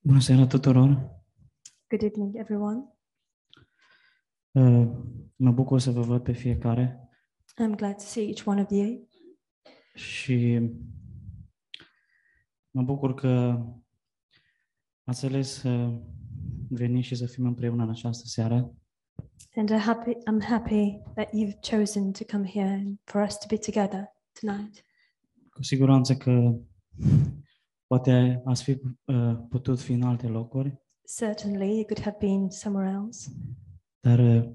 Bună seara tuturor! Good evening, everyone. Uh, Mă bucur să vă văd pe fiecare I'm glad to see each one of you. și mă bucur că ați ales să veniți și să fim împreună în această seară. And I'm happy, I'm happy that you've chosen to come here and for us to be together tonight. Cu siguranță că poate ați fi uh, putut fi în alte locuri, Certainly, it could have been somewhere else, dar uh,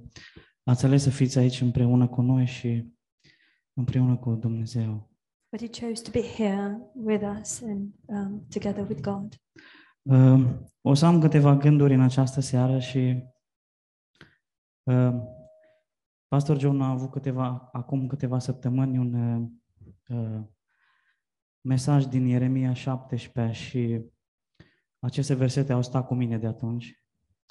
ați ales să fiți aici împreună cu noi și împreună cu Dumnezeu. but you chose to be here with us and um, together with God. Uh, O să am câteva gânduri în această seară și uh, Pastor John a avut câteva, acum câteva săptămâni un uh, uh, mesaj din Ieremia 17 și aceste versete au stat cu mine de atunci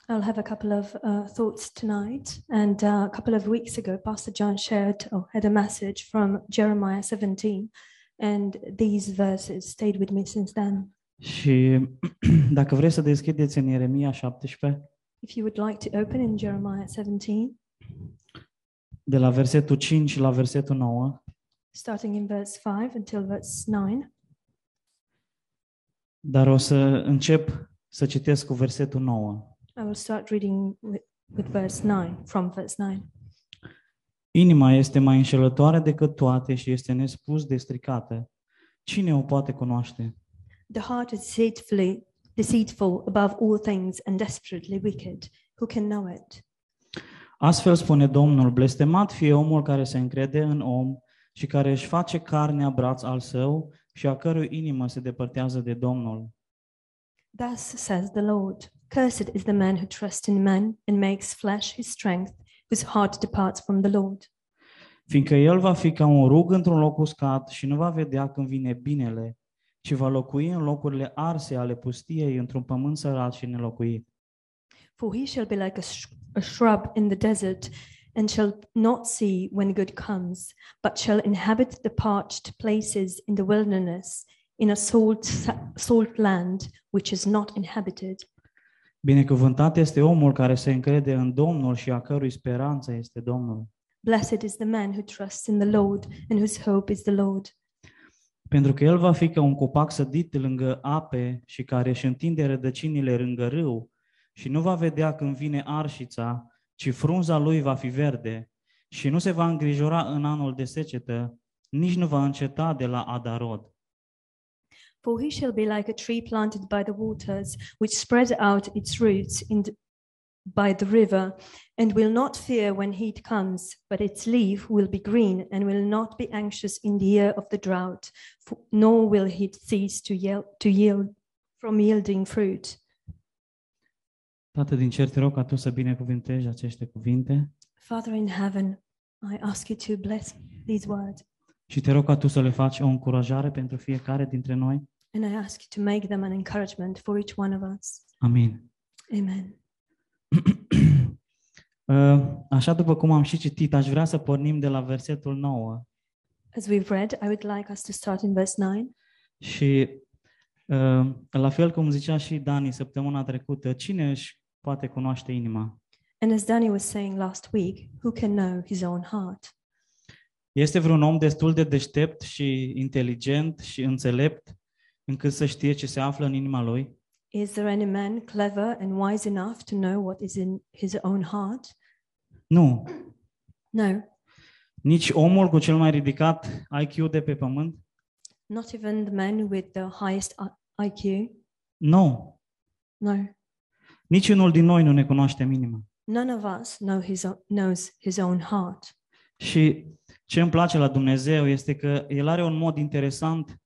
I'll have a couple of uh, thoughts tonight. And uh, a couple of weeks ago, Pastor John shared or had a message from Jeremiah 17, and these verses stayed with me since then. și dacă vreți să deschideți în Ieremia 17 If you would like to open in Jeremiah 17, de la versetul 5 la versetul 9 starting in verse 5 until verse 9. dar o să încep să citesc cu versetul 9. I will start reading with, with verse 9, from verse 9. Inima este mai înșelătoare decât toate și este nespus de stricată. Cine o poate cunoaște? The heart is deceitfully deceitful above all things and desperately wicked. Who can know it? Astfel spune Domnul, blestemat fie omul care se încrede în om și care își face carnea braț al său și a cărui inimă se depărtează de Domnul. Thus says the Lord Cursed is the man who trusts in man and makes flesh his strength, whose heart departs from the Lord. Fiindcă el va fi ca un rug într-un loc uscat și nu va vedea când vine binele, ci va locui în locurile arse ale pustiei, într-un pământ sărat și nelocuit. For he shall be like a, sh- a shrub in the desert, and shall not see when good comes, but shall inhabit the parched places in the wilderness, in a salt, salt land which is not inhabited. Binecuvântat este omul care se încrede în Domnul și a cărui speranță este Domnul. Blessed is the man who trusts in the Lord, and whose hope is the Lord. Pentru că el va fi ca un copac sădit lângă ape și care își întinde rădăcinile lângă râu și nu va vedea când vine arșița, ci frunza lui va fi verde și nu se va îngrijora în anul de secetă, nici nu va înceta de la adarod. For he shall be like a tree planted by the waters, which spreads out its roots in the, by the river, and will not fear when heat comes, but its leaf will be green and will not be anxious in the year of the drought, for, nor will he cease to, yield to yield from yielding fruit. Tată din cer, te rog ca tu să binecuvintezi aceste cuvinte Father in heaven, I ask you to bless these words, și te rog ca tu să le faci o încurajare pentru fiecare dintre noi. and I ask you to make them an encouragement for each one of us. Amin. Amen. Uh, Așa după cum am și citit, aș vrea să pornim de la versetul 9 As we've read, I would like us to start in verse 9. și uh, la fel cum zicea și Dani săptămâna trecută, cine își poate cunoaște inima? And as Danny was saying last week, who can know his own heart? Este vreun om destul de deștept și inteligent și înțelept încât să știe ce se află în inima lui? Is there any man clever and wise enough to know what is in his own heart? Nu. No, Nici omul cu cel mai ridicat IQ de pe pământ? not even the man with the highest I- IQ. Nu. No, Nici unul din noi nu ne cunoaștem inima. none of us know his o- knows his own heart. Și ce îmi place la Dumnezeu este că El are un mod interesant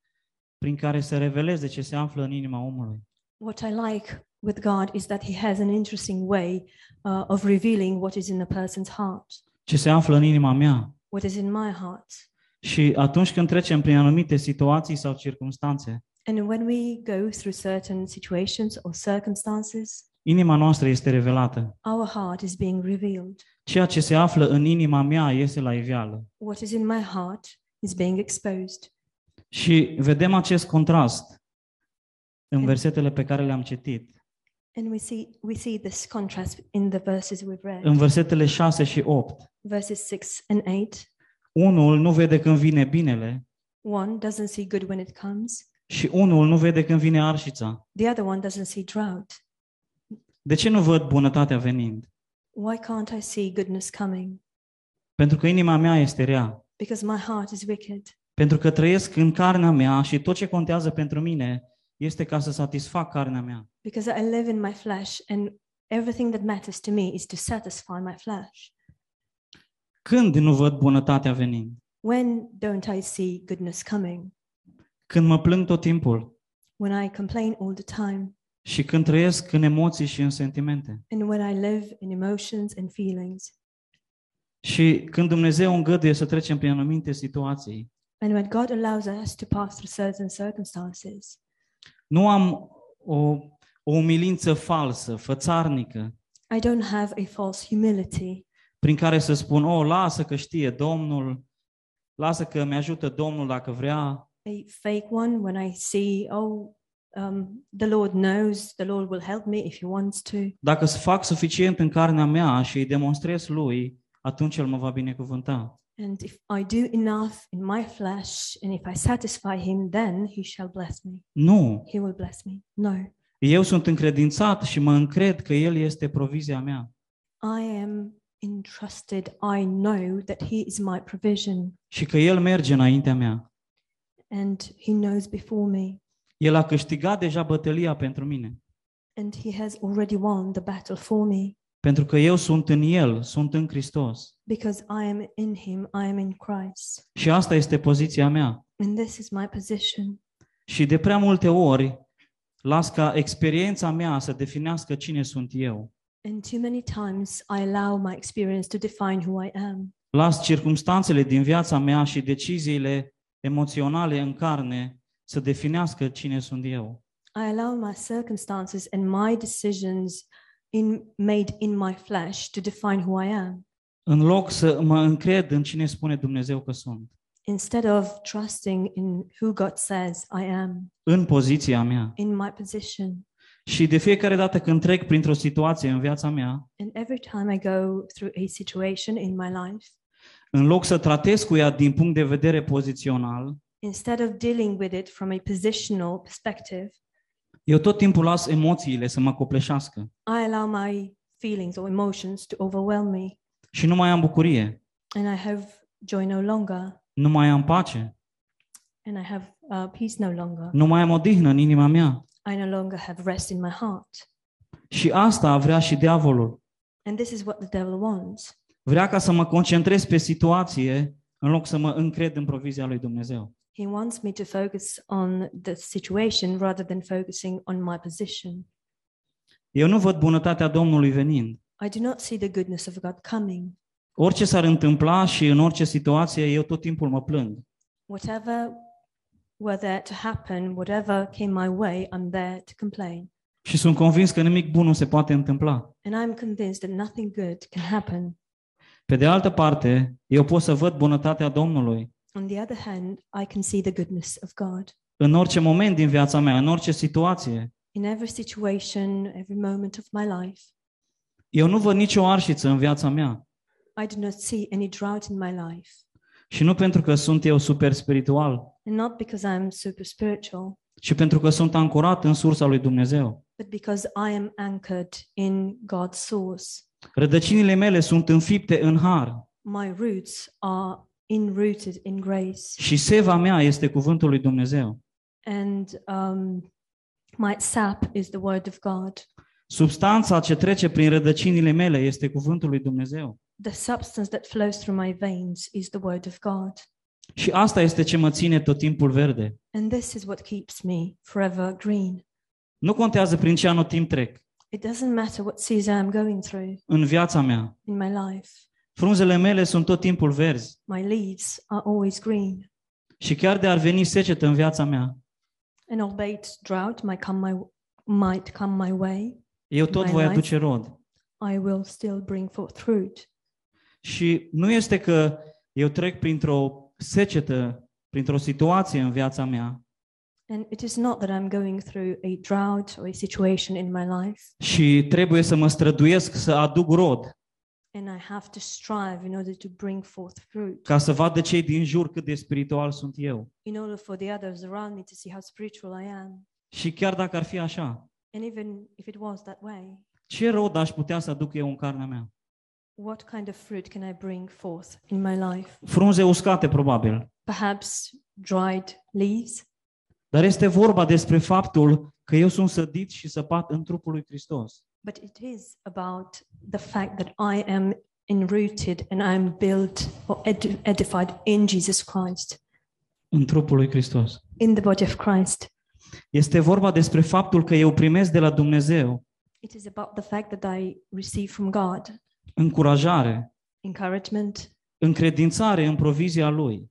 prin care să reveleze ce se află în inima omului. What I like with God is that he has an interesting way uh, of revealing what is in a person's heart, Ce se află în inima mea. what is in my heart. Și atunci când trecem prin anumite situații sau circunstanțe, And when we go through certain situations or circumstances, inima noastră este revelată. our heart is being revealed. Ceea ce se află în inima mea iese la iveală. what is in my heart is being exposed. Și vedem acest contrast în versetele pe care le-am citit. And we see we see this contrast in the verses we've read, în versetele 6 și 8. verses six and eight. Unul nu vede când vine binele One doesn't see good when it comes, și unul nu vede când vine arșița. the other one doesn't see drought. De ce nu văd bunătatea venind? Why can't I see goodness coming? Pentru că inima mea este rea. Because my heart is wicked. Pentru că trăiesc în carnea mea și tot ce contează pentru mine este ca să satisfac carnea mea. Because I live in my flesh, and everything that matters to me is to satisfy my flesh. Când nu văd bunătatea venind? When don't I see goodness coming? Când mă plâng tot timpul When I complain all the time, și când trăiesc în emoții și în sentimente. and when I live in emotions and feelings, Și când Dumnezeu îngăduie să trecem prin anumite situații, and when God allows us to pass through certain circumstances, nu am o, o umilință falsă, fățarnică, I don't have a false humility prin care să spun, o, lasă că știe Domnul, lasă că mi-ajută Domnul dacă vrea, a fake one when I see, oh, um, the Lord knows, the Lord will help me if He wants to. dacă să fac suficient în carnea mea și îi demonstrez lui, atunci el mă va binecuvânta. And if I do enough in my flesh, and if I satisfy Him, then He shall bless me. Nu, He will bless me. No, eu sunt încredințat și mă încred că El este provizia mea I am entrusted. I know that He is my provision, și că El merge înaintea mea. and He knows before me, El a câștigat deja bătălia pentru mine, and He has already won the battle for me. pentru că eu sunt în El, sunt în Hristos. Because I am in Him, I am in Christ. Și asta este poziția mea. And this is my position. Și de prea multe ori las ca experiența mea să definească cine sunt eu. And too many times I allow my experience to define who I am. Las circumstanțele din viața mea și deciziile emoționale în carne să definească cine sunt eu. I allow my circumstances and my decisions in, made in my flesh to define who I am În loc să mă încred în cine spune Dumnezeu că sunt. instead of trusting in who God says I am În poziția mea. in my position. Și de fiecare dată când trec printr-o situație în viața mea, And every time I go through a situation in my life, în loc să tratez cu ea din punct de vedere pozițional, instead of dealing with it from a positional perspective, eu tot timpul las emoțiile să mă copleșească I allow my feelings or emotions to overwhelm me și nu mai am bucurie, and I have joy no longer nu mai am pace, and I have uh, peace no longer. nu mai am o dihnă în inima mea. I no longer have rest in my heart. Și asta vrea și diavolul. And this is what the devil wants. Vrea ca să mă concentrez pe situație în loc să mă încred în provizia lui Dumnezeu. He wants me to focus on the situation rather than focusing on my position. Eu nu văd bunătatea Domnului venind. I do not see the goodness of God coming. Orice s-ar întâmpla și în orice situație, eu tot timpul mă plâng. Whatever were there to happen, whatever came my way, I'm there to complain. Și sunt convins că nimic bun nu se poate întâmpla. And I'm convinced that nothing good can happen. Pe de altă parte, eu pot să văd bunătatea Domnului On the other hand, I can see the goodness of God în orice moment din viața mea, în orice situație. in every situation, every moment of my life. Eu nu văd nicio arșiță în viața mea. I do not see any drought in my life. Și nu pentru că sunt eu super spiritual, And not because I'm super spiritual, ci pentru că sunt ancorat în sursa lui Dumnezeu. but because I am anchored in God's source. Rădăcinile mele sunt înfipte în har My roots are enrooted in grace, și seva mea este cuvântul lui Dumnezeu. and um, my sap is the word of God. Substanța ce trece prin rădăcinile mele este cuvântul lui Dumnezeu. The substance that flows through my veins is the word of God. Și asta este ce mă ține tot timpul verde. And this is what keeps me forever green. Nu contează prin ce anotimp trec It doesn't matter what season I'm going through în viața mea. in my life, Frunzele mele sunt tot timpul verzi my leaves are always green. și chiar de ar veni secetă în viața mea, And albeit drought might come my, might come my way, eu tot Mai voi life. aduce rod. I will still bring forth fruit. Și nu este că eu trec printr-o secetă, printr-o situație în viața mea, And it is not that I'm going through a drought or a situation in my life, și trebuie să mă străduiesc să aduc rod, and I have to strive in order to bring forth fruit, ca să vadă cei din jur cât de spiritual sunt eu. in order for the others around me to see how spiritual I am. Și chiar dacă ar fi așa, And even if it was that way, ce rod aș putea să aduc eu în carnea mea? what kind of fruit can I bring forth in my life? Frunze uscate, probabil. Perhaps dried leaves, Dar este vorba despre faptul că eu sunt sădit și săpat în trupul lui Hristos. but it is about the fact that I am enrooted and I am built or ed- edified in Jesus Christ, În trupul lui Hristos. in the body of Christ. Este vorba despre faptul că eu primesc de la Dumnezeu It is about the fact that I receive from God încurajare, encouragement, încredințare în provizia Lui,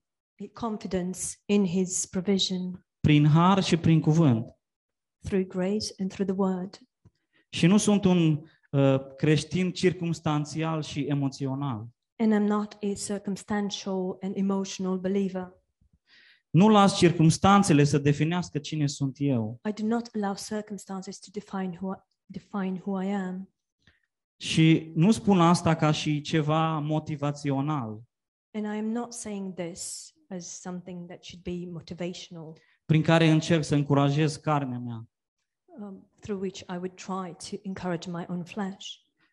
confidence in His provision prin har și prin cuvânt. through grace and through the Word. Și nu sunt un uh, creștin circumstanțial și emoțional. And I'm not a circumstantial and emotional believer. Nu las circumstanțele să definească cine sunt eu. I do not allow circumstances to define who I, define who I am. Și nu spun asta ca și ceva motivațional, And I am not saying this as something that should be motivational, prin care încerc să încurajez carnea mea. um, through which I would try to encourage my own flesh.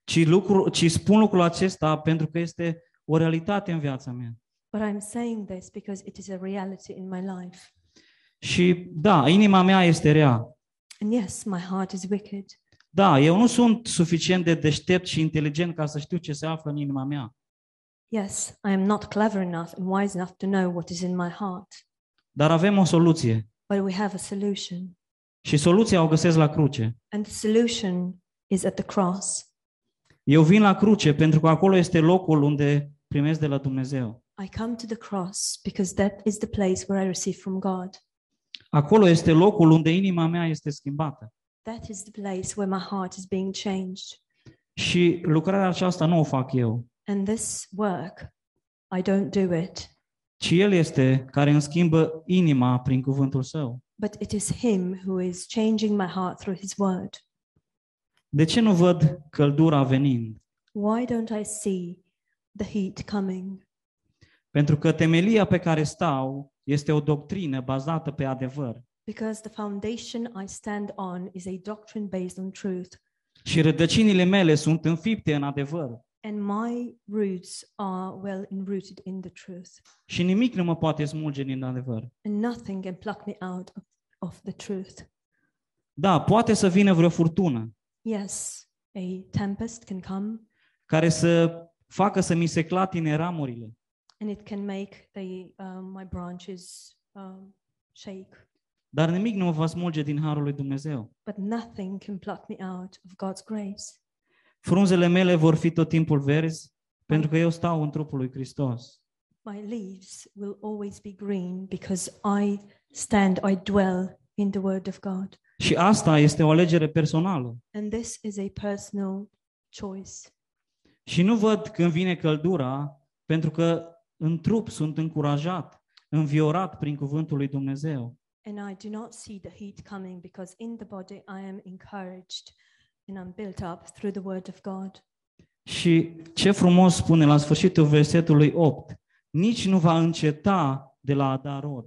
ci, lucru, ci spun lucrul acesta pentru că este o realitate în viața mea. But I'm saying this because it is a reality in my life. Și da, inima mea este rea. And yes, my heart is wicked. Da, eu nu sunt suficient de deștept și inteligent ca să știu ce se află în inima mea, Yes, I am not clever enough and wise enough to know what is in my heart. dar avem o soluție. But we have a solution. Și soluția o găsesc la cruce. And the solution is at the cross. Eu vin la cruce pentru că acolo este locul unde primesc de la Dumnezeu. I come to the cross because that is the place where I receive from God. Acolo este locul unde inima mea este schimbată. That is the place where my heart is being changed. Și lucrarea aceasta nu o fac eu, And this work, I don't do it, ci El este care îmi schimbă inima prin cuvântul Său. but it is Him who is changing my heart through His word. De ce nu văd căldura venind? Why don't I see the heat coming? Pentru că temelia pe care stau este o doctrină bazată pe adevăr Because the foundation I stand on is a doctrine based on truth, și rădăcinile mele sunt înfipte în adevăr and my roots are well enrooted in the truth, și nimic nu mă poate smulge din adevăr. and nothing can pluck me out of, of the truth. Da, poate să vină vreo furtună Yes, a tempest can come care să facă să mi se clatine ramurile, and it can make the um, my branches um, shake, dar nimic nu mă va smulge din harul lui Dumnezeu. but nothing can pluck me out of God's grace. Frunzele mele vor fi tot timpul verzi pentru că eu stau în trupul lui Hristos. My leaves will always be green because I stand, I dwell in the Word of God, Și asta este o alegere personală. and this is a personal choice. Și nu văd când vine căldura, pentru că în trup sunt încurajat, înviorat prin cuvântul lui Dumnezeu. And I do not see the heat coming because in the body I am encouraged and I'm built up through the Word of God. Și ce frumos spune la sfârșitul versetului 8, nici nu va înceta de la a da rod.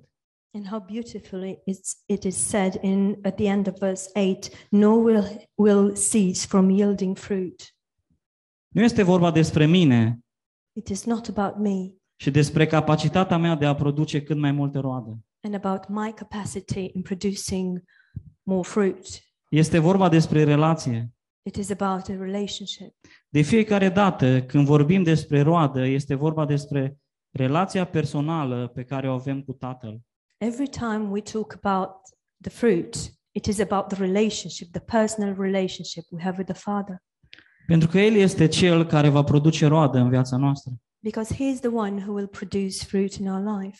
And how beautifully it's, it is said in at the end of verse 8 nor will, will cease from yielding fruit. Nu este vorba despre mine It is not about me și despre capacitatea mea de a produce cât mai multe roade. and about my capacity in producing more fruit. Este vorba despre relație. It is about a relationship. De fiecare dată când vorbim despre roadă, este vorba despre relația personală pe care o avem cu Tatăl. Every time we talk about the fruit, it is about the relationship, the personal relationship we have with the Father, Pentru că El este Cel care va produce roadă în viața noastră. because He is the one who will produce fruit in our life.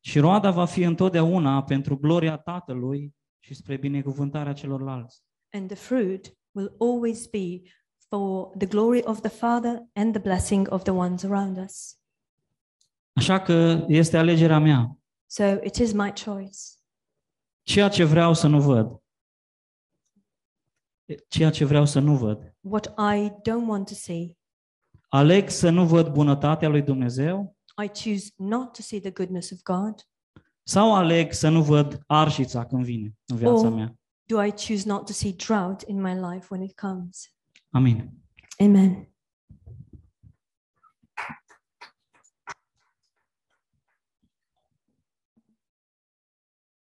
Și roada va fi întotdeauna pentru gloria Tatălui și spre binecuvântarea celorlalți. and the fruit will always be for the glory of the Father and the blessing of the ones around us. Așa că este alegerea mea. So it is my choice. Ceea ce vreau să nu văd. Ceea ce vreau să nu văd. what I don't want to see. Aleg să nu văd bunătatea lui Dumnezeu I choose not to see the goodness of God, sau aleg să nu văd arșița când vine în viața Oh. mea. do I choose not to see drought in my life when it comes? Amin. Amen.